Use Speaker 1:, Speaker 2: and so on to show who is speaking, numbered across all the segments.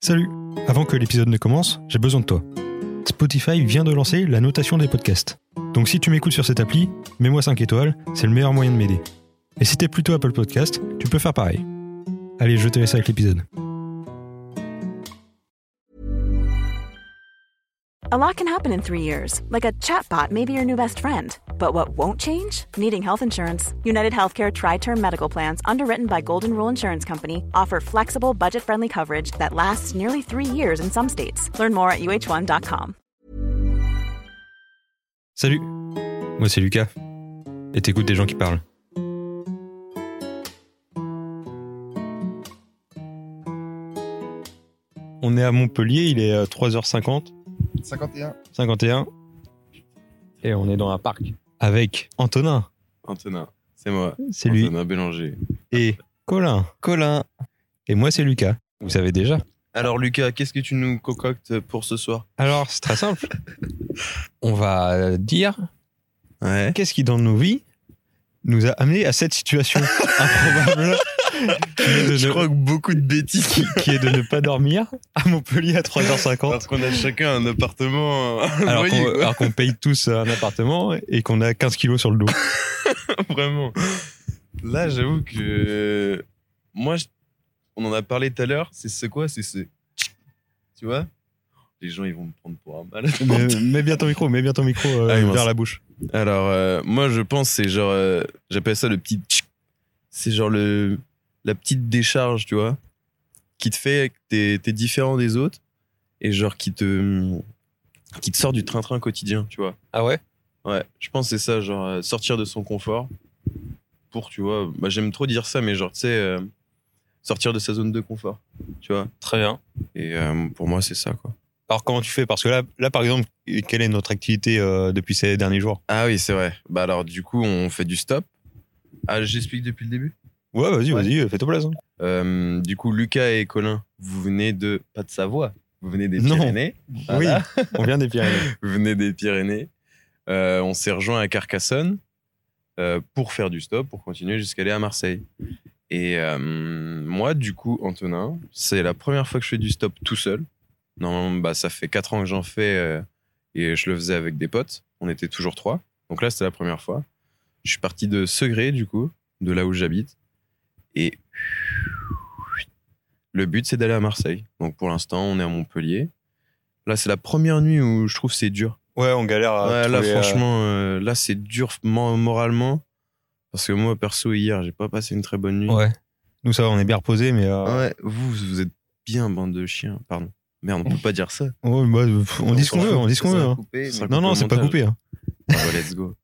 Speaker 1: Salut Avant que l'épisode ne commence, j'ai besoin de toi. Spotify vient de lancer la notation des podcasts. Donc si tu m'écoutes sur cette appli, mets-moi 5 étoiles, c'est le meilleur moyen de m'aider. Et si t'es plutôt Apple Podcast, tu peux faire pareil. Allez, je te laisse avec l'épisode.
Speaker 2: A lot can happen in three years, like a chatbot may be your new best friend. But what won't change? Needing health insurance. United Healthcare Tri Term Medical Plans, underwritten by Golden Rule Insurance Company, offer flexible, budget friendly coverage that lasts nearly three years in some states. Learn more at uh1.com.
Speaker 1: Salut Moi c'est Lucas. Et t'écoutes des gens qui parlent. On est à Montpellier, il est euh, 3h50.
Speaker 3: 51.
Speaker 1: 51. Et on est dans un parc. Avec Antonin,
Speaker 3: Antonin, c'est moi.
Speaker 1: c'est lui,
Speaker 3: Antonin Bélanger.
Speaker 1: et Colin.
Speaker 3: Colin.
Speaker 1: Et moi, c'est Lucas. Vous savez déjà.
Speaker 3: Alors Lucas, qu'est-ce que tu nous concoctes pour ce soir
Speaker 1: Alors, c'est très simple. on va euh, dire
Speaker 3: Ouais.
Speaker 1: qu'est-ce qui, dans nos vies, nous a amené à cette situation improbable qui est de
Speaker 3: Je
Speaker 1: ne-
Speaker 3: crois que beaucoup de bêtises.
Speaker 1: qui est de ne pas dormir à Montpellier à 3h50.
Speaker 3: Parce qu'on a chacun un appartement, un
Speaker 1: Alors qu'on
Speaker 3: loyer, quoi.
Speaker 1: alors qu'on paye tous un appartement et qu'on a 15 kilos sur le dos.
Speaker 3: vraiment. Là, j'avoue que moi, je- on en a parlé tout à l'heure. C'est ce quoi C'est ce. Tu vois Les gens, ils vont me prendre pour un malade.
Speaker 1: Mais, mets bien ton micro, mets bien ton micro euh,
Speaker 3: Ah oui, mince.
Speaker 1: vers la bouche.
Speaker 3: Alors, euh, moi, je pense, c'est genre. euh, J'appelle ça le petit. tchic. C'est genre le, la petite décharge, tu vois, qui te fait que t'es- t'es différent des autres et genre qui te. qui te sort du train-train quotidien, tu vois.
Speaker 1: Ah ouais
Speaker 3: Ouais, je pense que c'est ça, genre euh, sortir de son confort pour, tu vois. Bah, J'aime trop dire ça, mais genre, tu sais, euh, sortir de sa zone de confort, tu vois.
Speaker 1: Très bien.
Speaker 3: Et euh, pour moi, c'est ça, quoi.
Speaker 1: Alors comment tu fais Parce que là, là par exemple, quelle est notre activité euh, depuis ces derniers jours
Speaker 3: Ah oui, c'est vrai. Bah, alors, du coup, on fait du stop. Ah, j'explique depuis le début
Speaker 1: Ouais, vas-y,
Speaker 3: Ouais.
Speaker 1: vas-y, euh, fais-toi plaisir.
Speaker 3: Euh, du coup, Lucas et Colin, vous venez de pas de Savoie, vous venez des
Speaker 1: Non.
Speaker 3: Pyrénées. Voilà.
Speaker 1: Oui, on vient des Pyrénées.
Speaker 3: Vous venez des Pyrénées. Euh, on s'est rejoint à Carcassonne euh, pour faire du stop, pour continuer jusqu'à aller à Marseille. Et euh, moi, du coup, Antonin, c'est la première fois que je fais du stop tout seul. Normalement, bah, ça fait 4 ans que j'en fais euh, et je le faisais avec des potes. On était toujours trois. Donc là, c'était la première fois. Je suis parti de Segré, du coup, de là où j'habite. Et le but, c'est d'aller à Marseille. Donc pour l'instant, on est à Montpellier. Là, c'est la première nuit où je trouve c'est dur.
Speaker 1: Ouais, on galère à
Speaker 3: Ouais, là,
Speaker 1: trouver, euh,
Speaker 3: franchement, euh, là, c'est dur mo- moralement. Parce que moi, perso, hier, j'ai pas passé une très bonne nuit. Ah
Speaker 1: Ouais. euh, Nous, ça va, on est bien reposés, mais... euh,
Speaker 3: Ouais, vous, vous êtes bien bande de chiens. Pardon. Merde, on peut pas dire ça.
Speaker 1: ouais, bah, pff, on dit ce qu'on veut, on dit ce qu'on veut. hein. Non, non, c'est pas coupé. hein.
Speaker 3: Ah bah, let's go.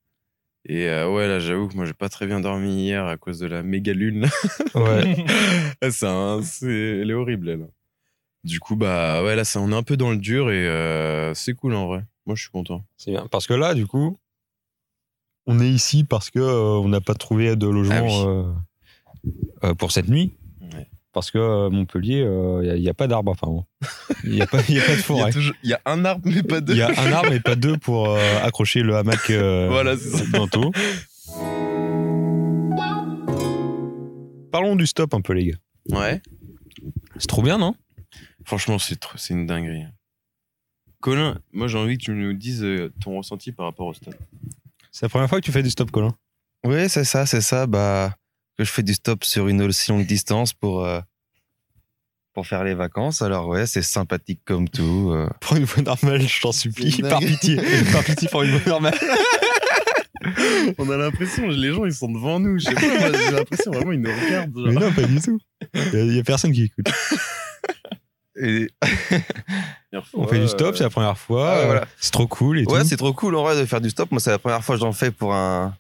Speaker 3: Et euh, ouais, là, j'avoue que moi, j'ai pas très bien dormi hier à cause de la méga lune.
Speaker 1: Ouais.
Speaker 3: Ah, c'est un- c'est- elle est horrible, elle. Du coup, bah ouais, là, ça, on est un peu dans le dur et euh, c'est cool en vrai. Moi, je suis content.
Speaker 1: c'est bien. Parce que là, du coup, on est ici parce que euh, on n'a pas trouvé de logement
Speaker 3: Ah oui.
Speaker 1: euh, euh, pour cette nuit.
Speaker 3: Ouais.
Speaker 1: Parce que euh, Montpellier, il n'y a, pas d'arbre, enfin bon. Il n'y a, pas- y a pas de
Speaker 3: Il y, a
Speaker 1: forêt.
Speaker 3: toujours- il y a un arbre, mais pas deux.
Speaker 1: Il y a un arbre et pas deux pour euh, accrocher le hamac euh,
Speaker 3: Voilà, c'est ça.
Speaker 1: bientôt. Parlons du stop un peu, les gars.
Speaker 3: Ouais.
Speaker 1: C'est trop bien, non
Speaker 3: Franchement, c'est trop- c'est une dinguerie. Colin, moi, j'ai envie que tu nous dises euh, ton ressenti par rapport au stop.
Speaker 1: C'est la première fois que tu fais du stop, Colin.
Speaker 4: Oui, c'est ça, c'est ça. Bah, que je fais du stop sur une aussi longue distance pour, euh, pour faire les vacances. Alors, ouais, c'est sympathique comme tout. euh.
Speaker 1: Pour une fois normale, je t'en supplie.
Speaker 4: C'est dingue.
Speaker 1: Par pitié. Par pitié pour une fois normale.
Speaker 3: On a l'impression, les gens, ils sont devant nous. J'ai l'impression vraiment, ils nous regardent.
Speaker 1: Mais non, pas du tout. Il n'y a, personne qui écoute.
Speaker 4: Et-
Speaker 1: On fait du stop, c'est la première fois.
Speaker 4: Ah,
Speaker 1: euh,
Speaker 4: voilà.
Speaker 1: C'est trop cool et
Speaker 4: ouais,
Speaker 1: tout.
Speaker 4: c'est trop cool en vrai de faire du stop. Moi, c'est la première fois que j'en fais pour un,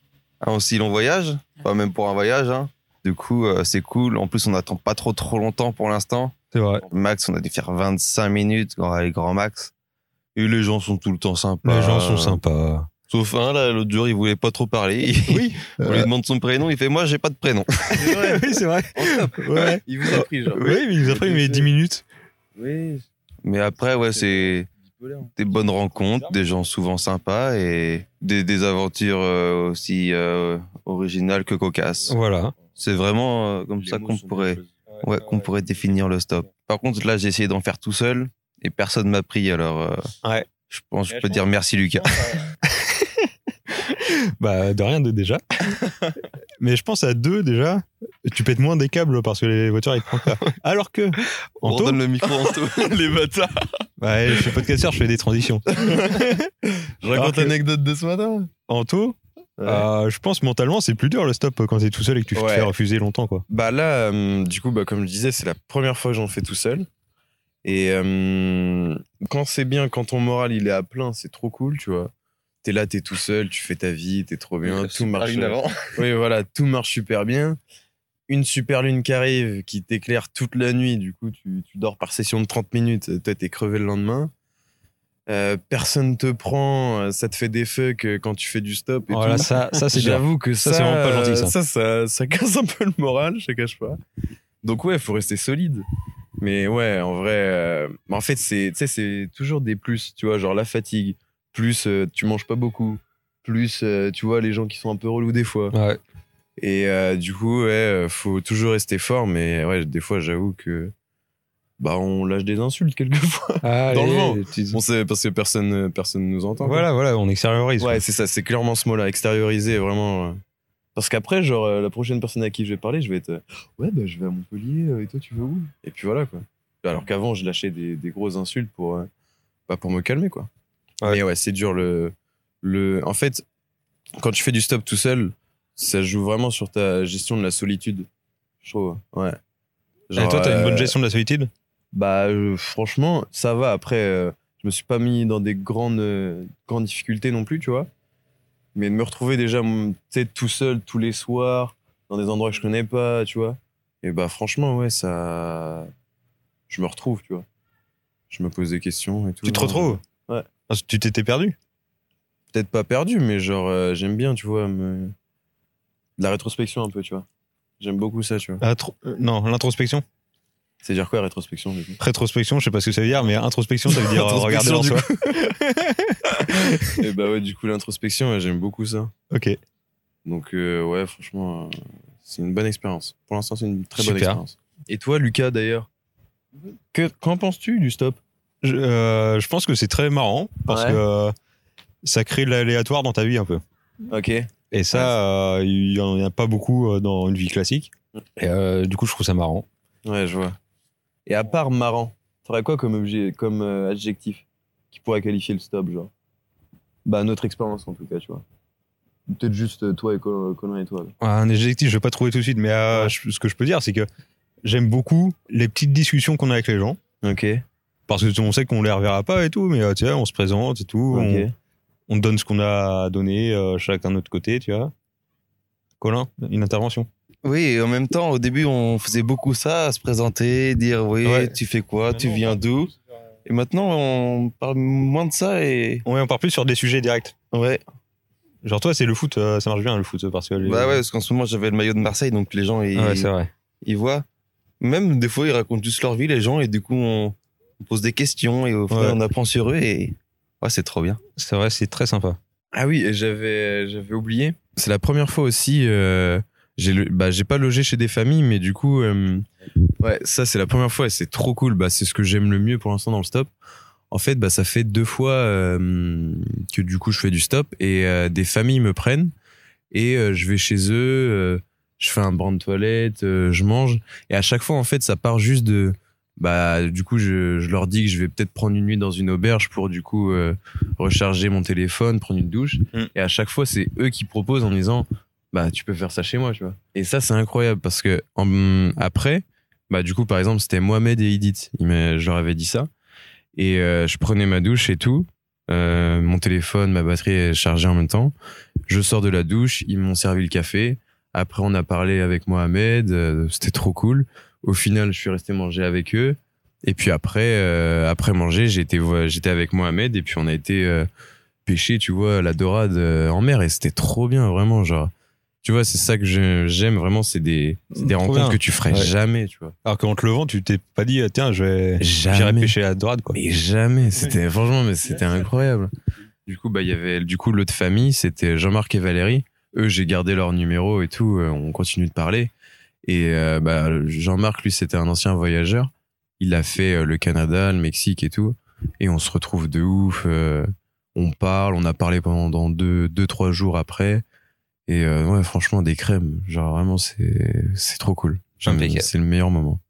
Speaker 4: un aussi long voyage. Enfin, même pour un voyage. hein. Du coup, euh, c'est cool. En plus, on n'attend pas trop trop longtemps pour l'instant.
Speaker 1: C'est vrai.
Speaker 4: Max, on a dû faire 25 minutes, grand, allez, grand max. Et les gens sont tout le temps
Speaker 1: Les
Speaker 4: sympas.
Speaker 1: gens sont sympas.
Speaker 4: Sauf un, là, l'autre jour, il voulait pas trop parler.
Speaker 1: Oui.
Speaker 4: On lui demande son prénom, il fait Moi, j'ai pas de prénom.
Speaker 1: oui, c'est vrai. Ouais.
Speaker 3: Il vous a pris, genre.
Speaker 1: Oh. Oui, mais nous a pris mais 10 minutes.
Speaker 3: Oui.
Speaker 4: Mais après, ouais, c'est des bonnes rencontres, des gens souvent sympas et des, des aventures euh, aussi euh, originales que cocasses.
Speaker 1: Voilà.
Speaker 4: C'est vraiment euh, comme ça qu'on pourrait ouais, qu'on pourrait définir le stop. Par contre, là, j'ai essayé d'en faire tout seul et personne m'a pris. Alors, euh,
Speaker 5: Ouais.
Speaker 4: je pense, que
Speaker 5: Mais je
Speaker 4: je peux
Speaker 5: pense
Speaker 4: dire merci Lucas.
Speaker 1: Bah, de rien de déjà. Mais je pense à deux déjà, tu pètes moins des câbles parce que les voitures elles te prennent pas. Alors que,
Speaker 4: On
Speaker 1: Anto,
Speaker 4: redonne le micro Anto.
Speaker 3: Les bâtards.
Speaker 1: ouais, je suis podcasteur, je fais des transitions.
Speaker 3: Je
Speaker 1: Alors
Speaker 3: raconte
Speaker 1: que-
Speaker 3: l'anecdote de ce matin.
Speaker 1: Anto, euh, je pense mentalement c'est plus dur le stop quand t'es tout seul et que tu te
Speaker 3: Ouais.
Speaker 1: fais refuser longtemps quoi.
Speaker 3: Bah là, euh, du coup, bah, comme je disais, c'est la première fois que j'en fais tout seul. Et euh, quand c'est bien, quand ton moral il est à plein, c'est trop cool, tu vois. T'es là, t'es tout seul, tu fais ta vie, t'es trop bien, tout marche. Oui, voilà, tout marche super bien. Une super lune qui arrive, qui t'éclaire toute la nuit, du coup, tu, tu dors par session de 30 minutes, toi, t'es crevé le lendemain. Euh, personne te prend, euh, ça te fait des fucks euh, quand tu fais du stop. Et
Speaker 1: Voilà,
Speaker 3: tout.
Speaker 1: Oh ça, ça c'est dur.
Speaker 3: J'avoue que
Speaker 1: Ça,
Speaker 3: ça,
Speaker 1: c'est vraiment pas gentil,
Speaker 3: euh,
Speaker 1: ça.
Speaker 3: Ça, ça- ça casse un peu le moral, je te cache pas. Donc, ouais, faut rester solide. Mais ouais, en vrai, euh, bah, en fait, c'est, tu sais, c'est toujours des plus, tu vois, genre la fatigue, plus euh, tu manges pas beaucoup, plus euh, tu vois les gens qui sont un peu relous des fois.
Speaker 1: Ouais.
Speaker 3: Et euh, du coup, ouais, euh, faut toujours rester fort, mais ouais, des fois, j'avoue que bah on lâche des insultes quelquefois. Dans le vent. on sait parce que personne, euh, personne nous entend. quoi.
Speaker 1: Voilà, voilà, on extériorise.
Speaker 3: Ouais, c'est ça, c'est clairement ce mot-là, extérioriser, vraiment. euh. Parce qu'après, genre, euh, la prochaine personne à qui je vais parler, je vais être, euh, ouais, bah, je vais à Montpellier, euh, et toi, tu vas où Et puis voilà, quoi. Alors qu'avant, je lâchais des, des grosses insultes pour, euh, bah, pour me calmer, quoi.
Speaker 4: Ouais.
Speaker 3: Mais ouais, c'est dur. Le, le... En fait, quand tu fais du stop tout seul, ça joue vraiment sur ta gestion de la solitude, je trouve. Ouais.
Speaker 1: Et toi, t'as une bonne
Speaker 3: euh,
Speaker 1: gestion de la solitude
Speaker 3: bah, euh, franchement, ça va. Après, euh, je me suis pas mis dans des grandes, euh, grandes difficultés non plus, tu vois. Mais de me retrouver déjà, mm, tu sais, tout seul, tous les soirs, dans des endroits que je connais pas, tu vois. Et bah, franchement, ouais, ça. Je me retrouve, tu vois. Je me pose des questions et tout.
Speaker 1: Tu te retrouves
Speaker 3: Ouais.
Speaker 1: Parce que Ah, Tu t'étais perdu
Speaker 3: Peut-être pas perdu, mais genre, euh, j'aime bien, tu vois, me... de la rétrospection un peu, tu vois. J'aime beaucoup ça, tu vois.
Speaker 1: Ah, trop- euh, Non, l'introspection.
Speaker 3: C'est dire quoi, rétrospection du coup
Speaker 1: Rétrospection, je sais pas ce que ça veut dire, mais introspection, ça veut dire euh, regarder en
Speaker 3: Introspection,
Speaker 1: soi.
Speaker 3: Et bah, ouais, du coup, l'introspection, ouais, j'aime beaucoup ça.
Speaker 1: Ok.
Speaker 3: Donc euh, ouais, franchement, euh, c'est une bonne expérience. Pour l'instant, c'est une très bonne
Speaker 1: Super.
Speaker 3: expérience. Et toi, Lucas, d'ailleurs, que- qu'en penses-tu du stop
Speaker 1: Je, euh, je pense que c'est très marrant parce
Speaker 3: Ouais.
Speaker 1: que euh, ça crée de l'aléatoire dans ta vie un peu.
Speaker 3: Ok.
Speaker 1: Et ça, euh, il y en a pas beaucoup euh, dans une vie classique. Et, euh, du coup, je trouve ça marrant.
Speaker 3: Ouais, je vois. Et à part marrant, t'aurais quoi comme objet, comme euh, adjectif qui pourrait qualifier le stop, genre Bah notre expérience en tout cas, tu vois. Peut-être juste euh, toi et Col- Colin et toi. là.
Speaker 1: Un adjectif, je vais pas trouver tout de suite, mais euh, je- ce que je peux dire, c'est que j'aime beaucoup les petites discussions qu'on a avec les gens.
Speaker 3: Ok.
Speaker 1: Parce que on sait qu'on les reverra pas et tout, mais euh, tu vois, on se présente et tout,
Speaker 3: Ok.
Speaker 1: on- on, te donne ce qu'on a à donner euh, chacun de notre côté, tu vois. Colin, une intervention.
Speaker 4: Oui, et en même temps, au début, on faisait beaucoup ça, se présenter, dire oui,
Speaker 1: Ouais.
Speaker 4: tu fais quoi, tu viens d'où. Et maintenant, on parle moins de ça et.
Speaker 1: Ouais, on part plus sur des sujets directs.
Speaker 4: Ouais.
Speaker 1: Genre toi, c'est le foot, euh, ça marche bien le foot parce que les-
Speaker 4: Bah ouais, parce qu'en ce moment, j'avais le maillot de Marseille, donc les gens, ils,
Speaker 1: Euh, Ah Ouais, c'est vrai.
Speaker 4: ils voient. Même des fois, ils racontent juste leur vie, les gens, et du coup, on, on pose des questions et au final,
Speaker 1: Ouais.
Speaker 4: on apprend sur eux et. Ouais, c'est trop bien.
Speaker 1: C'est vrai, c'est très sympa.
Speaker 3: Ah oui, et j'avais j'avais oublié. C'est la première fois aussi. euh, j'ai le- bah, j'ai pas logé chez des familles, mais du coup, euh, ouais, ça c'est la première fois et c'est trop cool. Bah, c'est ce que j'aime le mieux pour l'instant dans le stop. En fait, bah, ça fait deux fois euh, que du coup je fais du stop et euh, des familles me prennent et euh, je vais chez eux, euh, je fais un brin de toilette, euh, je mange et à chaque fois en fait ça part juste de bah du coup je, je leur dis que je vais peut-être prendre une nuit dans une auberge pour du coup euh, recharger mon téléphone, prendre une douche.
Speaker 1: Mm.
Speaker 3: Et à chaque fois, c'est eux qui proposent en me disant, bah, tu peux faire ça chez moi, tu vois. Et ça, c'est incroyable parce que en- après, bah, du coup, par exemple, c'était Mohamed et Edith. Ils m'a- je leur avais dit ça. Et euh, je prenais ma douche et tout. Euh, mon téléphone, ma batterie est chargée en même temps. Je sors de la douche, ils m'ont servi le café. Après, on a parlé avec Mohamed. euh, c'était trop cool. Au final, je suis resté manger avec eux. Et puis après, euh, après manger, j'étais vo- j'étais avec Mohamed et puis on a été euh, pêcher, tu vois, la dorade euh, en mer et c'était trop bien, vraiment, genre. Tu vois, c'est ça que je- j'aime vraiment, c'est des, c'est des
Speaker 1: Mmh, Trop
Speaker 3: rencontres
Speaker 1: bien.
Speaker 3: que tu ferais
Speaker 1: Ouais.
Speaker 3: jamais, tu vois.
Speaker 1: Alors qu'en te levant, tu t'es pas dit, euh, tiens, je vais j'irai
Speaker 3: Jamais.
Speaker 1: pêcher à droite, quoi.
Speaker 3: Mais jamais. C'était franchement, mais c'était incroyable. Du coup, bah, il y avait du coup l'autre famille, c'était Jean-Marc et Valérie. Eux, j'ai gardé leur numéro et tout. euh, on continue de parler. Et euh, bah, Jean-Marc, lui, c'était un ancien voyageur. Il a fait euh, le Canada, le Mexique et tout. Et on se retrouve de ouf. euh, on parle, on a parlé pendant deux, deux trois jours après. Et euh, ouais, franchement, des crèmes. Genre, vraiment, c'est c'est trop cool. J'aime-
Speaker 4: Impeccable.
Speaker 3: C'est le meilleur moment.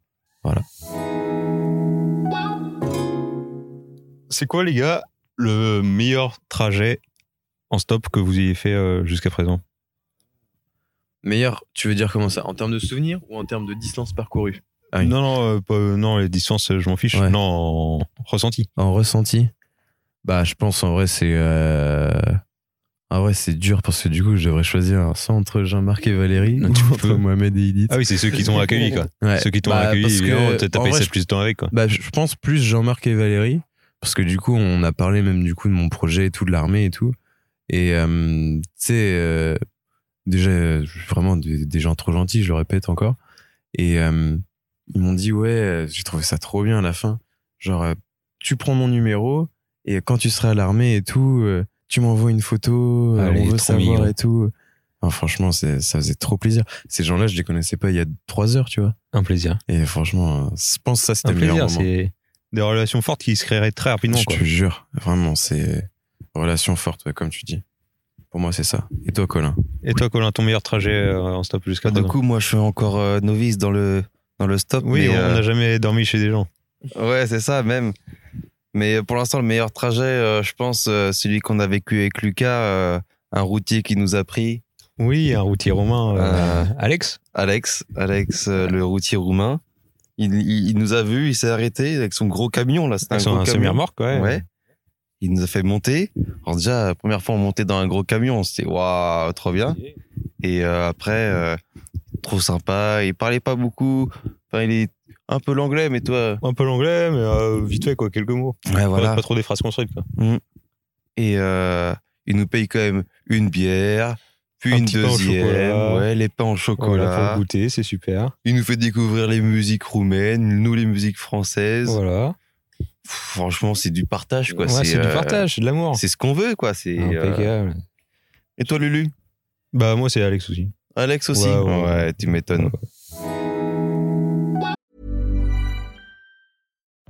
Speaker 1: C'est quoi, les gars, le meilleur trajet en stop que vous ayez fait euh, jusqu'à présent
Speaker 3: Meilleur, tu veux dire comment ça En termes de souvenirs ou en termes de distance parcourue Ah oui.
Speaker 1: Non, non, euh, pas- euh, non, les distances, euh, je m'en fiche.
Speaker 3: Ouais.
Speaker 1: Non, en ressenti.
Speaker 3: En ressenti Bah, je pense en vrai, c'est. euh, En vrai, c'est dur parce que du coup, je devrais choisir soit entre Jean-Marc et Valérie
Speaker 1: Non,
Speaker 3: ou
Speaker 1: tu
Speaker 3: entre
Speaker 1: peux.
Speaker 3: Mohamed et Edith.
Speaker 1: Ah oui, c'est ceux qui t'ont accueilli, quoi.
Speaker 3: Ouais,
Speaker 1: Ceux qui t'ont
Speaker 3: bah,
Speaker 1: accueilli,
Speaker 3: parce que,
Speaker 1: évidemment, t'as t'as
Speaker 3: en
Speaker 1: passé
Speaker 3: vrai, je-
Speaker 1: plus de temps avec, quoi.
Speaker 3: Bah, je je pense plus Jean-Marc et Valérie, parce que du coup, on a parlé même du coup de mon projet et tout, de l'armée et tout. Et euh, tu sais, euh, déjà, euh, je suis vraiment des, des gens trop gentils, je le répète encore. Et euh, ils m'ont dit, ouais, euh, j'ai trouvé ça trop bien à la fin. Genre, euh, tu prends mon numéro et quand tu seras à l'armée et tout, euh, tu m'envoies une photo, euh,
Speaker 1: Allez,
Speaker 3: on veut
Speaker 1: trop
Speaker 3: savoir
Speaker 1: mignon.
Speaker 3: et tout. Enfin, franchement, c'est- ça faisait trop plaisir. Ces gens-là, je les connaissais pas il y a trois heures, tu vois.
Speaker 1: Un plaisir.
Speaker 3: Et franchement, euh, je pense que ça, c'était
Speaker 1: Un
Speaker 3: le meilleur
Speaker 1: plaisir,
Speaker 3: moment.
Speaker 1: c'est des relations fortes qui se créeraient très rapidement,
Speaker 3: Je
Speaker 1: quoi.
Speaker 3: te jure, vraiment, c'est relation forte, ouais, comme tu dis. Pour moi, c'est ça. Et toi, Colin
Speaker 1: Et toi, Colin, ton meilleur trajet euh, en stop
Speaker 3: Ah,
Speaker 1: jusqu'à
Speaker 4: Du
Speaker 1: présent
Speaker 4: coup, moi, je suis encore euh, novice dans le, dans le stop.
Speaker 1: Oui,
Speaker 4: mais,
Speaker 1: on
Speaker 4: euh,
Speaker 1: n'a jamais dormi chez des gens.
Speaker 4: Ouais, c'est ça, même. Mais euh, pour l'instant, le meilleur trajet, euh, je pense, euh, celui qu'on a vécu avec Lucas, euh, un routier qui nous a pris,
Speaker 1: Oui, un routier romain. euh, Alex
Speaker 4: Alex, Alex, euh, le routier roumain. Il, il- il nous a vu, il s'est arrêté avec son gros camion, là. C'était un
Speaker 1: Avec son
Speaker 4: gros camion.
Speaker 1: semi-remorque, ouais.
Speaker 4: Ouais. Il nous a fait monter. Alors déjà, la première fois, on montait dans un gros camion. C'était waouh, trop bien. Et euh, après, euh, trop sympa. Il parlait pas beaucoup. Enfin, il est un peu l'anglais, mais toi.
Speaker 1: Un peu l'anglais, mais euh, vite fait, quoi, quelques mots.
Speaker 4: Ouais,
Speaker 1: Pas, pas trop des phrases construites, quoi.
Speaker 4: Et euh, il nous paye quand même une bière, puis
Speaker 1: Un
Speaker 4: une
Speaker 1: petit pain au
Speaker 4: deuxième.
Speaker 1: chocolat.
Speaker 4: Ouais, les pains au
Speaker 1: Voilà,
Speaker 4: chocolat.
Speaker 1: pour goûter, c'est super.
Speaker 4: il nous fait découvrir les musiques roumaines, nous les musiques françaises.
Speaker 1: Voilà.
Speaker 4: Pff, franchement, c'est du partage, quoi.
Speaker 1: Ouais, c'est du
Speaker 4: euh,
Speaker 1: partage, c'est de l'amour.
Speaker 4: C'est ce qu'on veut, quoi. C'est. euh,
Speaker 1: Impeccable.
Speaker 4: Et toi, Lulu
Speaker 1: Bah, moi, c'est Alex aussi.
Speaker 4: Alex aussi
Speaker 1: Ouais, ouais.
Speaker 4: ouais tu m'étonnes.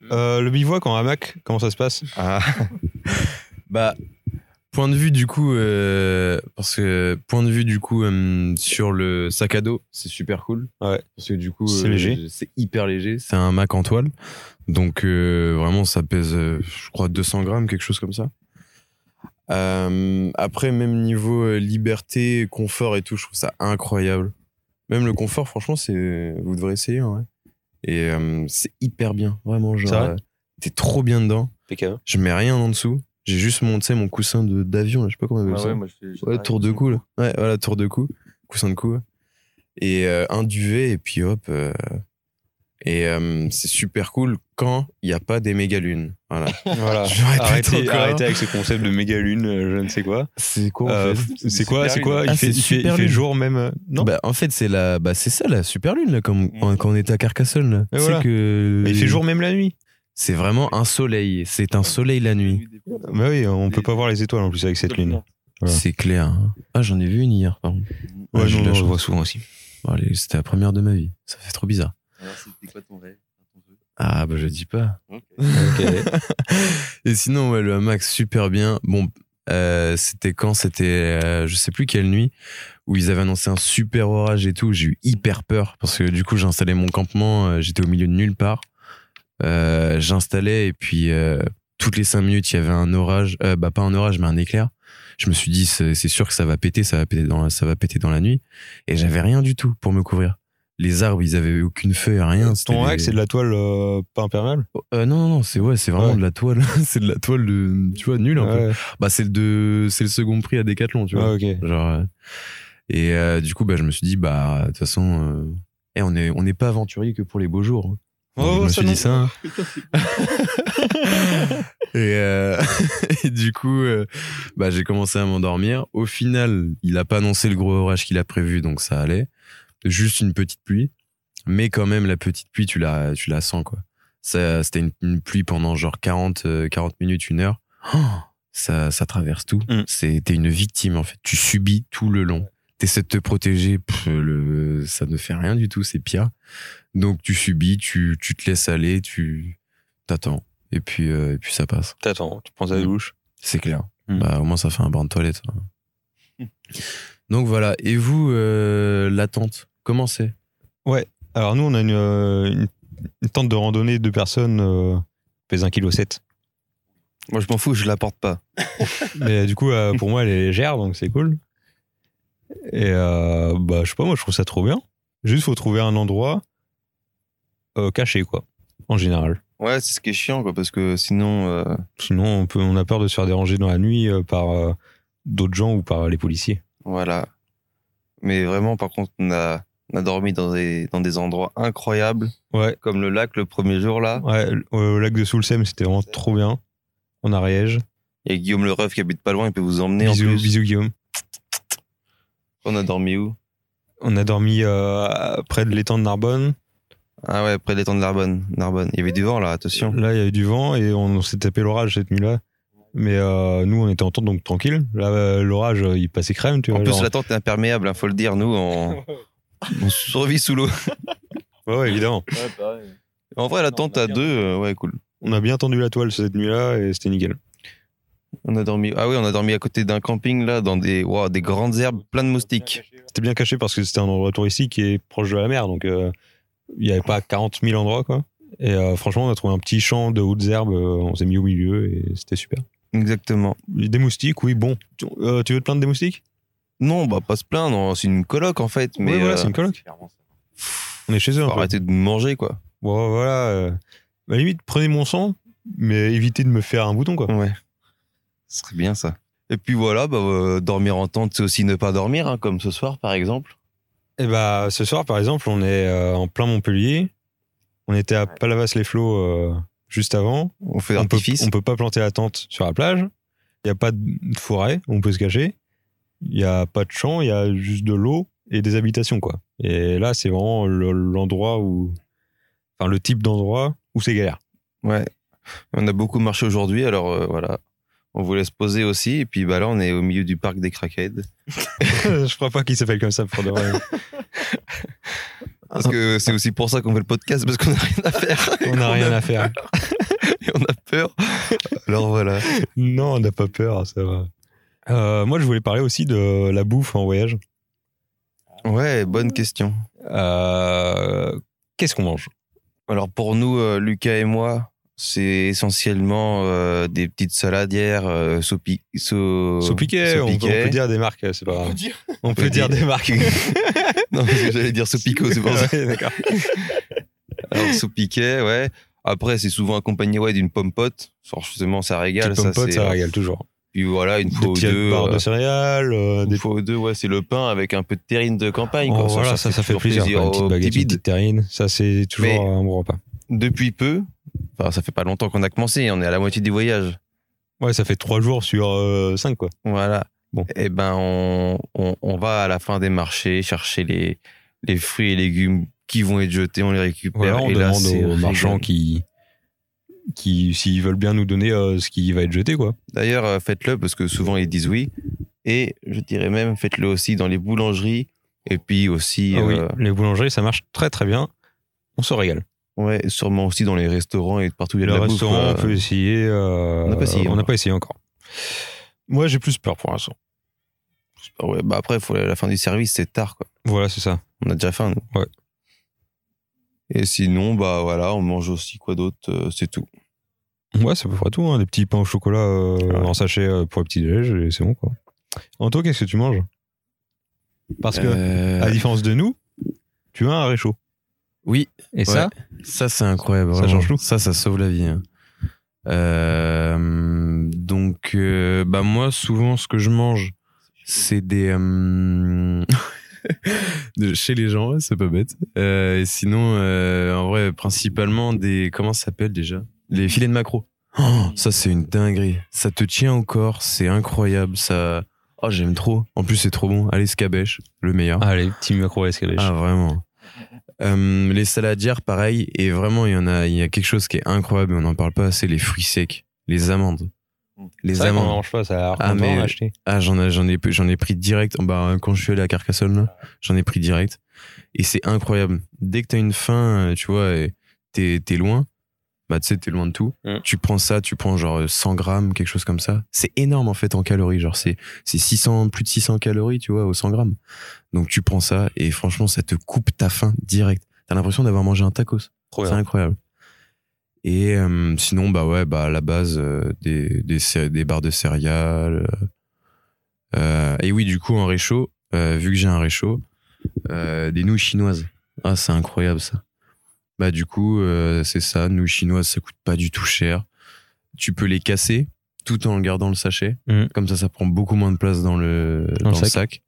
Speaker 3: Hmm.
Speaker 1: Euh, le bivouac en hamac, comment ça se passe
Speaker 4: Ah,
Speaker 3: Bah, point de vue du coup, euh, parce que point de vue du coup euh, sur le sac à dos, c'est super cool.
Speaker 1: Ouais.
Speaker 3: Parce que du coup, euh,
Speaker 1: C'est léger.
Speaker 3: c'est hyper léger. C'est un Mac en toile, donc euh, vraiment ça pèse, euh, je crois 200 grammes, quelque chose comme ça. Euh, après, même niveau euh, liberté, confort et tout, je trouve ça incroyable. Même le confort, franchement, c'est vous devrez essayer. hein, ouais. Et euh, c'est hyper bien, vraiment. Genre,
Speaker 1: C'est vrai
Speaker 3: euh, t'es trop bien dedans
Speaker 1: PKE.
Speaker 3: je mets rien en dessous. J'ai juste mon, tu sais, mon coussin de- d'avion, là, je sais pas
Speaker 1: Ah
Speaker 3: comment on appelle ça. Ouais, tour de cou, là. Ouais, voilà, tour de cou, coussin de cou. Et euh, un duvet, et puis hop. euh, et euh, c'est super cool quand il n'y a pas des méga lunes. Voilà.
Speaker 1: Voilà.
Speaker 3: Je répète
Speaker 1: Arrêtez,
Speaker 3: encore.
Speaker 1: arrêtez avec ce concept de méga lune, euh, je ne sais quoi.
Speaker 3: C'est quoi
Speaker 1: Euh, c'est quoi, c'est quoi
Speaker 3: Ah,
Speaker 1: Il fait,
Speaker 3: c'est
Speaker 1: il fait,
Speaker 3: super
Speaker 1: il fait
Speaker 3: lune.
Speaker 1: jour même. euh, Non
Speaker 3: bah, en fait, c'est la, bah, c'est ça la super lune là, comme quand, quand on était à Carcassonne. Là.
Speaker 1: Et
Speaker 3: Tu sais
Speaker 1: voilà.
Speaker 3: que
Speaker 1: Mais Il fait jour même la nuit.
Speaker 3: C'est vraiment un soleil. C'est un soleil la nuit.
Speaker 1: Bah oui, on peut pas voir les étoiles en plus avec cette lune. Voilà.
Speaker 3: C'est clair. Ah, j'en ai vu une hier. Pardon.
Speaker 1: Ouais,
Speaker 3: j'ai
Speaker 1: non,
Speaker 3: de la
Speaker 1: non, Ah, je
Speaker 3: chance.
Speaker 1: vois souvent aussi.
Speaker 3: Bon, allez, C'était la première de ma vie. Ça fait trop bizarre.
Speaker 4: C'était quoi ton rêve
Speaker 3: Ah bah je dis pas. Et sinon ouais le hamac super bien. Bon euh, c'était quand c'était euh, je sais plus quelle nuit où ils avaient annoncé un super orage et tout. J'ai eu hyper peur parce que du coup j'ai installé mon campement. euh, J'étais au milieu de nulle part. Euh, J'installais et puis euh, toutes les cinq minutes il y avait un orage. euh, bah pas un orage mais un éclair. Je me suis dit, c'est c'est sûr que ça va péter, ça va péter dans, la- ça va péter dans la nuit. Et j'avais rien du tout pour me couvrir. Les arbres, ils avaient aucune feuille, rien. c'était
Speaker 1: Ton
Speaker 3: des-
Speaker 1: hack, c'est de la toile euh, pas imperméable
Speaker 3: Euh, non, non, non, c'est ouais, c'est vraiment
Speaker 1: Ouais.
Speaker 3: de la toile, c'est de la toile, de, tu vois, nulle un peu.
Speaker 1: Ouais,
Speaker 3: Bah c'est le de, c'est le second prix à Decathlon, tu vois.
Speaker 1: ouais, ok.
Speaker 3: Genre, euh, et euh, du coup, bah, je me suis dit, bah, de toute façon, euh, eh, on n'est on n'est pas aventurier que pour les beaux jours. hein. Donc, je me
Speaker 1: Oh,
Speaker 3: suis dit ça. et, euh, et du coup, euh, bah, j'ai commencé à m'endormir. Au final, il a pas annoncé le gros orage qu'il a prévu, donc ça allait. Juste une petite pluie. Mais quand même, la petite pluie, tu la, tu la sens, quoi. Ça, C'était une, une pluie pendant genre 40, euh, 40 minutes, une heure. Oh, ça, ça traverse tout.
Speaker 1: Mm.
Speaker 3: C'est T'es une victime, en fait. Tu subis tout le long. T'essaies de te protéger, pff, le, ça ne fait rien du tout, c'est pire. Donc tu subis, tu, tu te laisses aller, tu t'attends. Et puis, euh, et puis ça passe.
Speaker 1: T'attends, tu prends
Speaker 3: ta
Speaker 1: douche.
Speaker 3: C'est clair.
Speaker 1: Mm.
Speaker 3: Bah, au moins, ça fait un brin de toilette. hein. Donc voilà. Et vous, euh, l'attente, comment c'est
Speaker 1: Alors, nous, on a une, euh, une, une tente de randonnée de personnes, euh, pèse 1,7 kg.
Speaker 4: Moi, je m'en fous, je la porte pas.
Speaker 1: Mais du coup, euh, pour moi, elle est légère, donc c'est cool. Et euh, bah, je sais pas, moi, je trouve ça trop bien. Juste, faut trouver un endroit euh, caché, quoi, en général.
Speaker 4: Ouais, c'est ce qui est chiant, quoi, parce que sinon, euh,
Speaker 1: Sinon, on, peut, on a peur de se faire déranger dans la nuit euh, par euh, d'autres gens ou par les policiers.
Speaker 4: voilà. Mais vraiment, par contre, on a, on a dormi dans des, dans des endroits incroyables,
Speaker 1: Ouais,
Speaker 4: comme le lac le premier jour, là.
Speaker 1: ouais le- au lac de Soulsem, c'était vraiment trop bien. En Ariège.
Speaker 4: Il y a Guillaume Le Reuf qui habite pas loin, il peut vous emmener en
Speaker 1: Bisous,
Speaker 4: plus.
Speaker 1: bisous, Guillaume.
Speaker 4: On a dormi où
Speaker 1: On a dormi euh, près de l'étang de Narbonne.
Speaker 4: Ah ouais, près de l'étang de Narbonne. Narbonne. Il y avait du vent, là, attention.
Speaker 1: Là, il y avait du vent et on s'est tapé l'orage cette nuit-là. Mais euh, nous, on était en tente, donc tranquille. Là, euh, l'orage, euh, il passait crème, tu vois.
Speaker 4: En plus,
Speaker 1: genre.
Speaker 4: la tente est imperméable, hein, faut le dire, nous, on, on survit sous l'eau.
Speaker 1: Ouais, ouais, évidemment.
Speaker 4: bah, En vrai, la tente à deux, euh, ouais, cool.
Speaker 1: On a bien tendu la toile cette nuit-là et c'était nickel.
Speaker 4: On a dormi. Ah oui, on a dormi à côté d'un camping là, dans des, wow, des grandes herbes, plein de moustiques.
Speaker 1: C'était bien caché parce que c'était un endroit touristique et proche de la mer, donc euh, il n'y avait pas 40 000 endroits, quoi. Et euh, franchement, on a trouvé un petit champ de hautes herbes, euh, on s'est mis au milieu et c'était super.
Speaker 4: Exactement.
Speaker 1: Des moustiques, oui, bon. Tu, euh, tu veux te plaindre des moustiques
Speaker 4: Non, bah pas se plaindre, c'est une coloc en fait, mais
Speaker 1: Oui, voilà,
Speaker 4: euh,
Speaker 1: c'est une coloc. On est chez eux.
Speaker 4: faut
Speaker 1: un peu.
Speaker 4: arrêter de manger quoi.
Speaker 1: Bon, voilà. euh, à la limite, prenez mon sang, mais évitez de me faire un bouton, quoi.
Speaker 4: Ouais. Ce serait bien ça. Et puis voilà, bah, euh, dormir en tente, c'est aussi ne pas dormir, hein, comme ce soir par exemple.
Speaker 1: Et bah, ce soir, par exemple, on est euh, en plein Montpellier. On était à Palavas-les-Flots euh, juste avant.
Speaker 4: On fait
Speaker 1: On peut,
Speaker 4: l'artifice.
Speaker 1: on peut pas planter la tente sur la plage. Il n'y a pas de forêt, on peut se cacher. Il n'y a pas de champ, il y a juste de l'eau et des habitations, quoi. Et là, c'est vraiment le- l'endroit où. Enfin, le type d'endroit où c'est galère.
Speaker 4: Ouais. On a beaucoup marché aujourd'hui, alors euh, voilà. On voulait se poser aussi, et puis bah là, on est au milieu du parc des crackheads.
Speaker 1: Je crois pas qu'il s'appelle comme ça pour de vrai.
Speaker 4: Parce que c'est aussi pour ça qu'on fait le podcast, parce qu'on n'a rien à faire.
Speaker 1: On n'a rien à faire.
Speaker 4: Et on a peur. Alors voilà.
Speaker 1: Non, on n'a pas peur, ça va. Euh, moi, je voulais parler aussi de la bouffe en voyage.
Speaker 4: Ouais, bonne question.
Speaker 1: Euh, Qu'est-ce qu'on mange
Speaker 4: Alors pour nous, euh, Lucas et moi, c'est essentiellement euh, des petites saladières, euh, saupi, so,
Speaker 1: Sous piquet, on, peut, on peut dire des marques, euh, c'est pas grave. On peut dire des marques.
Speaker 4: non, parce que j'allais dire saupico, c'est pour ça.
Speaker 1: Ouais, d'accord.
Speaker 4: Alors sous piquet, ouais. Après, c'est souvent accompagné ouais, d'une pomme pote. Forcément, ça régale.
Speaker 1: Petite pomme
Speaker 4: ça,
Speaker 1: pote,
Speaker 4: c'est-
Speaker 1: ça régale toujours.
Speaker 4: Puis voilà, une
Speaker 1: des
Speaker 4: fois ou
Speaker 1: petites
Speaker 4: deux.
Speaker 1: barres
Speaker 4: euh,
Speaker 1: de céréales, euh,
Speaker 4: une
Speaker 1: des
Speaker 4: fois ou deux, ouais, c'est le pain avec un peu de terrine de campagne.
Speaker 1: Oh,
Speaker 4: quoi.
Speaker 1: voilà, ça, ça fait
Speaker 4: toujours
Speaker 1: plaisir. quoi, une
Speaker 4: aux
Speaker 1: petite baguette,
Speaker 4: petits
Speaker 1: une
Speaker 4: bides.
Speaker 1: petite terrine, ça c'est toujours
Speaker 4: Mais-
Speaker 1: un bon repas.
Speaker 4: Depuis peu, enfin, ça fait pas longtemps qu'on a commencé, on est à la moitié du voyage.
Speaker 1: Ouais, ça fait trois jours sur euh, cinq quoi.
Speaker 4: Voilà.
Speaker 1: Bon.
Speaker 4: Eh ben, on, on, on va à la fin des marchés chercher les, les fruits et légumes qui vont être jetés, on les récupère.
Speaker 1: Voilà, on
Speaker 4: et là,
Speaker 1: demande
Speaker 4: c'est
Speaker 1: aux
Speaker 4: régal.
Speaker 1: marchands qui, qui s'ils veulent bien nous donner euh, ce qui va être jeté quoi.
Speaker 4: D'ailleurs, euh, faites-le parce que souvent ils disent oui. Et je dirais même, faites-le aussi dans les boulangeries et puis aussi,
Speaker 1: Ah oui,
Speaker 4: euh,
Speaker 1: les boulangeries, ça marche très très bien. On se régale.
Speaker 4: ouais, sûrement aussi dans les restaurants et partout où il y a de
Speaker 1: Le
Speaker 4: la bouffe,
Speaker 1: restaurant,
Speaker 4: quoi.
Speaker 1: on peut essayer. euh,
Speaker 4: On n'a pas essayé
Speaker 1: on n'a
Speaker 4: encore.
Speaker 1: pas essayé encore. Moi, j'ai plus peur pour l'instant.
Speaker 4: Ouais, bah après, faut aller à la fin du service, c'est tard. Quoi.
Speaker 1: Voilà, c'est ça.
Speaker 4: On a déjà faim, nous.
Speaker 1: Ouais.
Speaker 4: Et sinon, bah voilà, on mange aussi quoi d'autre, euh, c'est tout.
Speaker 1: Ouais, c'est à peu près tout. hein. Des petits pains au chocolat euh,
Speaker 4: Ouais.
Speaker 1: en sachet euh, pour le petit déj et c'est bon quoi. Anto, qu'est-ce que tu manges Parce que,
Speaker 3: Euh,
Speaker 1: à la différence de nous, tu as un réchaud.
Speaker 3: Oui,
Speaker 1: Et ça,
Speaker 3: ça c'est incroyable.
Speaker 1: Ça
Speaker 3: vraiment.
Speaker 1: change tout.
Speaker 3: Ça, ça sauve la vie. hein. Euh, donc, euh, bah moi, souvent, ce que je mange, c'est des euh, de chez les gens. ouais, C'est pas bête. Euh, et sinon, euh, en vrai, principalement des comment ça s'appelle déjà Les filets de maquereau. Oh, ça c'est une dinguerie. Ça te tient au corps, c'est incroyable. Ça, oh j'aime trop. En plus, c'est trop bon. Allez, escabèche, le meilleur.
Speaker 6: Ah, les petits macro escalèches.
Speaker 3: Ah, vraiment. Euh, les saladières, pareil. Et vraiment, il y en a, il y a quelque chose qui est incroyable, mais on n'en parle pas assez, les fruits secs, les amandes. Les
Speaker 1: ça, on
Speaker 3: amandes.
Speaker 1: mange pas, ça a l'air
Speaker 3: Ah,
Speaker 1: content
Speaker 4: euh,
Speaker 3: mais-
Speaker 1: à acheter.
Speaker 3: Ah, j'en ai, j'en ai, j'en ai pris direct. Bah, quand je suis allé à Carcassonne, là, j'en ai pris direct. Et c'est incroyable. Dès que t'as une faim, euh, tu vois, et t'es, t'es loin. Bah, tu sais, t'es loin de tout.
Speaker 6: Mm.
Speaker 3: Tu prends ça, tu prends genre 100 grammes, quelque chose comme ça. C'est énorme, en fait, en calories. Genre, c'est, c'est 600, plus de 600 calories, tu vois, au 100 grammes. Donc, tu prends ça, et franchement, ça te coupe ta faim direct. T'as l'impression d'avoir mangé un tacos.
Speaker 6: Trop
Speaker 3: C'est
Speaker 6: bien.
Speaker 3: incroyable. Et euh, sinon, bah ouais, bah à la base, euh, des, des, cé- des barres de céréales. euh, euh, et oui, du coup, en réchaud, euh, vu que j'ai un réchaud, euh, des nouilles chinoises. Ah, c'est incroyable ça. Bah du coup, euh, c'est ça, nouilles chinoises, ça coûte pas du tout cher. Tu peux les casser tout en gardant le sachet.
Speaker 6: Mhm.
Speaker 3: Comme ça, ça prend beaucoup moins de place dans le, Mmh. dans le sac.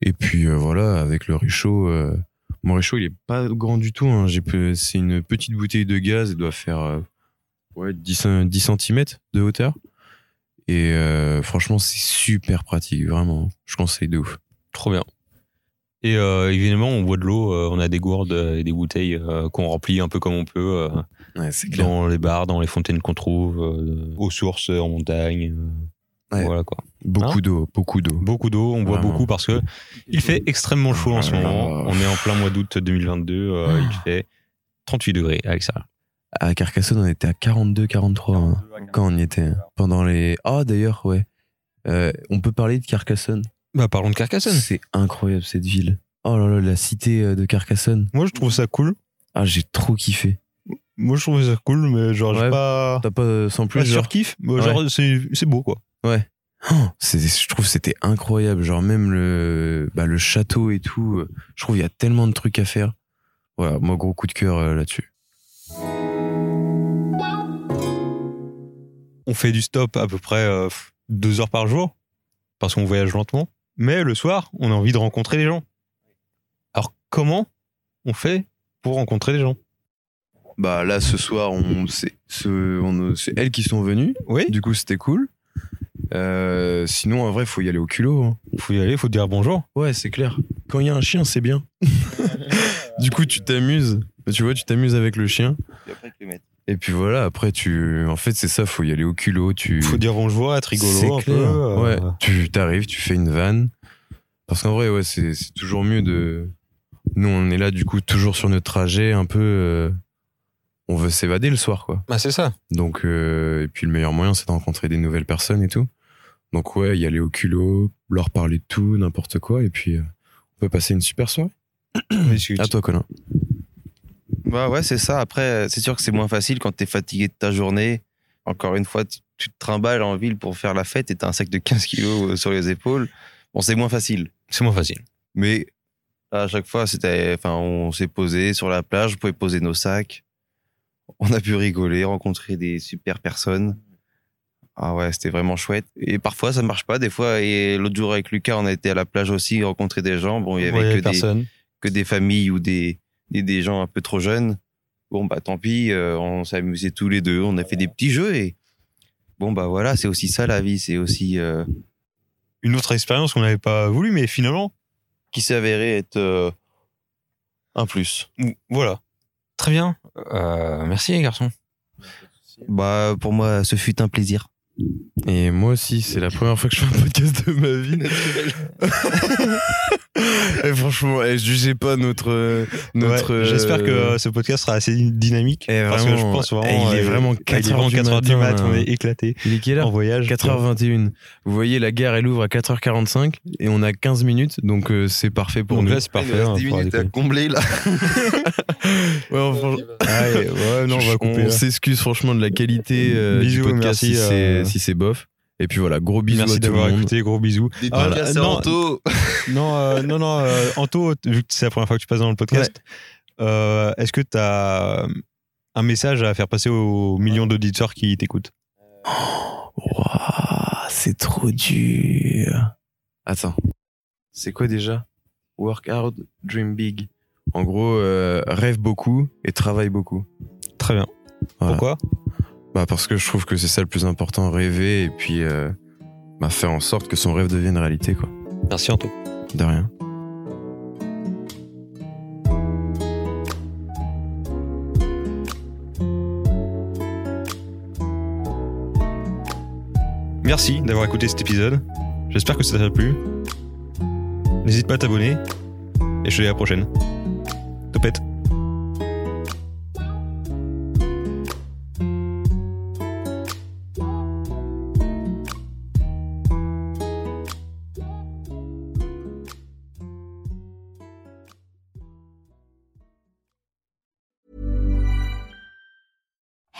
Speaker 3: Et puis euh, voilà, avec le réchaud, euh, mon réchaud il est pas grand du tout. hein. J'ai peu- C'est une petite bouteille de gaz, elle doit faire euh, ouais, 10, cen- 10 cm de hauteur. Et euh, franchement, c'est super pratique, vraiment. Je conseille de ouf.
Speaker 6: Trop bien. Et euh, évidemment, on boit de l'eau, euh, on a des gourdes et des bouteilles euh, qu'on remplit un peu comme on peut euh,
Speaker 3: Ouais, c'est
Speaker 6: dans les bars, dans les fontaines qu'on trouve, euh, aux sources, en montagne. euh,
Speaker 3: Ouais.
Speaker 6: Voilà quoi.
Speaker 3: Beaucoup d'eau, beaucoup d'eau.
Speaker 6: Beaucoup d'eau, on boit
Speaker 3: Vraiment.
Speaker 6: beaucoup parce que il fait extrêmement chaud en ce
Speaker 3: Ah.
Speaker 6: moment. On est en plein mois d'août 2022, euh, il fait 38 degrés à l'extérieur.
Speaker 3: À Carcassonne, on était à 42, 43 hein, quand on y était. Pendant les. Ah, d'ailleurs, ouais. Euh, on peut parler de Carcassonne.
Speaker 1: Bah parlons de Carcassonne.
Speaker 3: C'est incroyable cette ville. Oh là là, la cité euh, de Carcassonne.
Speaker 1: Moi je trouve ça cool.
Speaker 3: Ah, j'ai trop kiffé.
Speaker 1: Moi je trouve ça cool, mais genre j'ai
Speaker 3: Ouais.
Speaker 1: pas.
Speaker 3: T'as pas euh, sans plus
Speaker 1: Pas
Speaker 3: genre-
Speaker 1: surkiff, mais genre c'est c'est beau quoi.
Speaker 3: Oh, c'est- je trouve que c'était incroyable. Genre même le, bah, le château et tout. euh, Je trouve qu'il y a tellement de trucs à faire. Voilà, moi gros coup de cœur euh, là-dessus.
Speaker 1: on fait du stop à peu près euh, pff, deux heures par jour parce qu'on voyage lentement. Mais le soir, on a envie de rencontrer les gens. Alors comment on fait pour rencontrer les gens
Speaker 3: Bah là ce soir, on c'est ce- on- c'est elles qui sont venues.
Speaker 1: Oui,
Speaker 3: Du coup c'était cool. Euh, sinon en vrai faut y aller au culot. hein.
Speaker 1: faut y aller, faut dire bonjour.
Speaker 3: Ouais c'est clair. Quand il y a un chien c'est bien. du coup tu t'amuses. Tu vois tu t'amuses avec le chien. Et puis voilà après tu en fait c'est ça faut y aller au culot. Tu
Speaker 1: Faut dire bonjour, être
Speaker 3: C'est
Speaker 1: rigolo un
Speaker 3: clair.
Speaker 1: peu. euh,
Speaker 3: Ouais. Tu t'arrives, tu fais une vanne. Parce qu'en vrai, ouais, c'est c'est toujours mieux de. Nous, on est là, du coup, toujours sur notre trajet, un peu. euh, On veut s'évader le soir, quoi.
Speaker 1: Bah c'est ça.
Speaker 3: Donc, euh, et puis le meilleur moyen, c'est de rencontrer des nouvelles personnes et tout. Donc, ouais, y aller au culot, leur parler de tout, n'importe quoi, et puis euh, on peut passer une super soirée. À toi, Colin.
Speaker 4: Bah ouais, c'est ça. Après, euh, c'est sûr que c'est moins facile quand t'es fatigué de ta journée. Encore une fois, tu tu te trimbales en ville pour faire la fête et t'as un sac de 15 kilos euh, sur les épaules. Bon, c'est moins facile.
Speaker 6: C'est moins facile.
Speaker 4: Mais à chaque fois, c'était, enfin, on s'est posé sur la plage, on pouvait poser nos sacs. On a pu rigoler, rencontrer des super personnes. Ah ouais, c'était vraiment chouette. Et parfois, ça marche pas. Des fois, et l'autre jour avec Lucas, on a été à la plage aussi, rencontrer des gens. Bon, il y avait que des,
Speaker 1: personne.
Speaker 4: que des familles ou des, des, des gens un peu trop jeunes. Bon, bah tant pis, euh, on s'est amusés tous les deux, on a fait des petits jeux et bon, bah voilà, c'est aussi ça la vie, c'est aussi euh,
Speaker 1: Une autre expérience qu'on n'avait pas voulu, mais finalement,
Speaker 4: qui s'est avéré être euh, un plus.
Speaker 1: ou- voilà.
Speaker 6: Très bien. Euh, merci les garçons.
Speaker 4: Bah pour moi, ce fut un plaisir.
Speaker 3: Et moi aussi, c'est la première fois que je fais un podcast de ma vie. et Eh, franchement, et jugez pas notre. euh, notre
Speaker 1: Ouais, J'espère que
Speaker 3: euh,
Speaker 1: euh, ce podcast sera assez dynamique.
Speaker 3: Eh,
Speaker 1: parce que je
Speaker 3: vraiment,
Speaker 1: pense vraiment.
Speaker 3: eh, il est
Speaker 1: euh,
Speaker 3: vraiment
Speaker 1: il est
Speaker 3: 4 heures
Speaker 1: vraiment
Speaker 3: du
Speaker 1: 4 heures du
Speaker 3: matin, euh.
Speaker 1: mat,
Speaker 3: là.
Speaker 1: on est éclaté
Speaker 3: Il est quelle heure
Speaker 1: en voyage.
Speaker 3: 4h21. Vous voyez, la gare, elle ouvre à 4h45 et on a 15 minutes, donc euh, c'est parfait pour
Speaker 1: Donc
Speaker 4: hein,
Speaker 3: nous.
Speaker 6: hein.
Speaker 1: là, c'est parfait. hein, pour aller
Speaker 4: combler là.
Speaker 3: Ouais, en fran-
Speaker 1: Ah,
Speaker 4: Ouais, ouais, non, on va couper.
Speaker 1: là.
Speaker 4: On s'excuse franchement de la qualité euh,
Speaker 1: hein. Bisous,
Speaker 4: du podcast
Speaker 1: merci,
Speaker 4: si
Speaker 1: euh,
Speaker 4: c'est si c'est bof. Et puis voilà, gros bisous à
Speaker 1: Merci
Speaker 4: tout le
Speaker 1: d'avoir
Speaker 4: monde.
Speaker 1: écouté, gros bisous. Ah,
Speaker 4: Dédicace
Speaker 1: non,
Speaker 4: à Anto.
Speaker 1: Non, euh, non, non, euh, Anto, t- vu que c'est la première fois que tu passes dans le podcast, euh, est-ce que tu as un message à faire passer aux millions d'auditeurs qui t'écoutent
Speaker 4: Ouah, c'est trop dur.
Speaker 3: Attends. C'est quoi déjà Work hard, dream big. En gros, euh, rêve beaucoup et travaille beaucoup.
Speaker 1: Très bien.
Speaker 3: Voilà.
Speaker 1: Pourquoi
Speaker 3: Bah parce que je trouve que c'est ça le plus important, rêver et puis euh, bah, faire en sorte que son rêve devienne réalité quoi.
Speaker 6: Merci Anto.
Speaker 3: De rien.
Speaker 1: Merci d'avoir écouté cet épisode. J'espère que ça t'a plu. N'hésite pas à t'abonner. Et je te dis à la prochaine. Topette.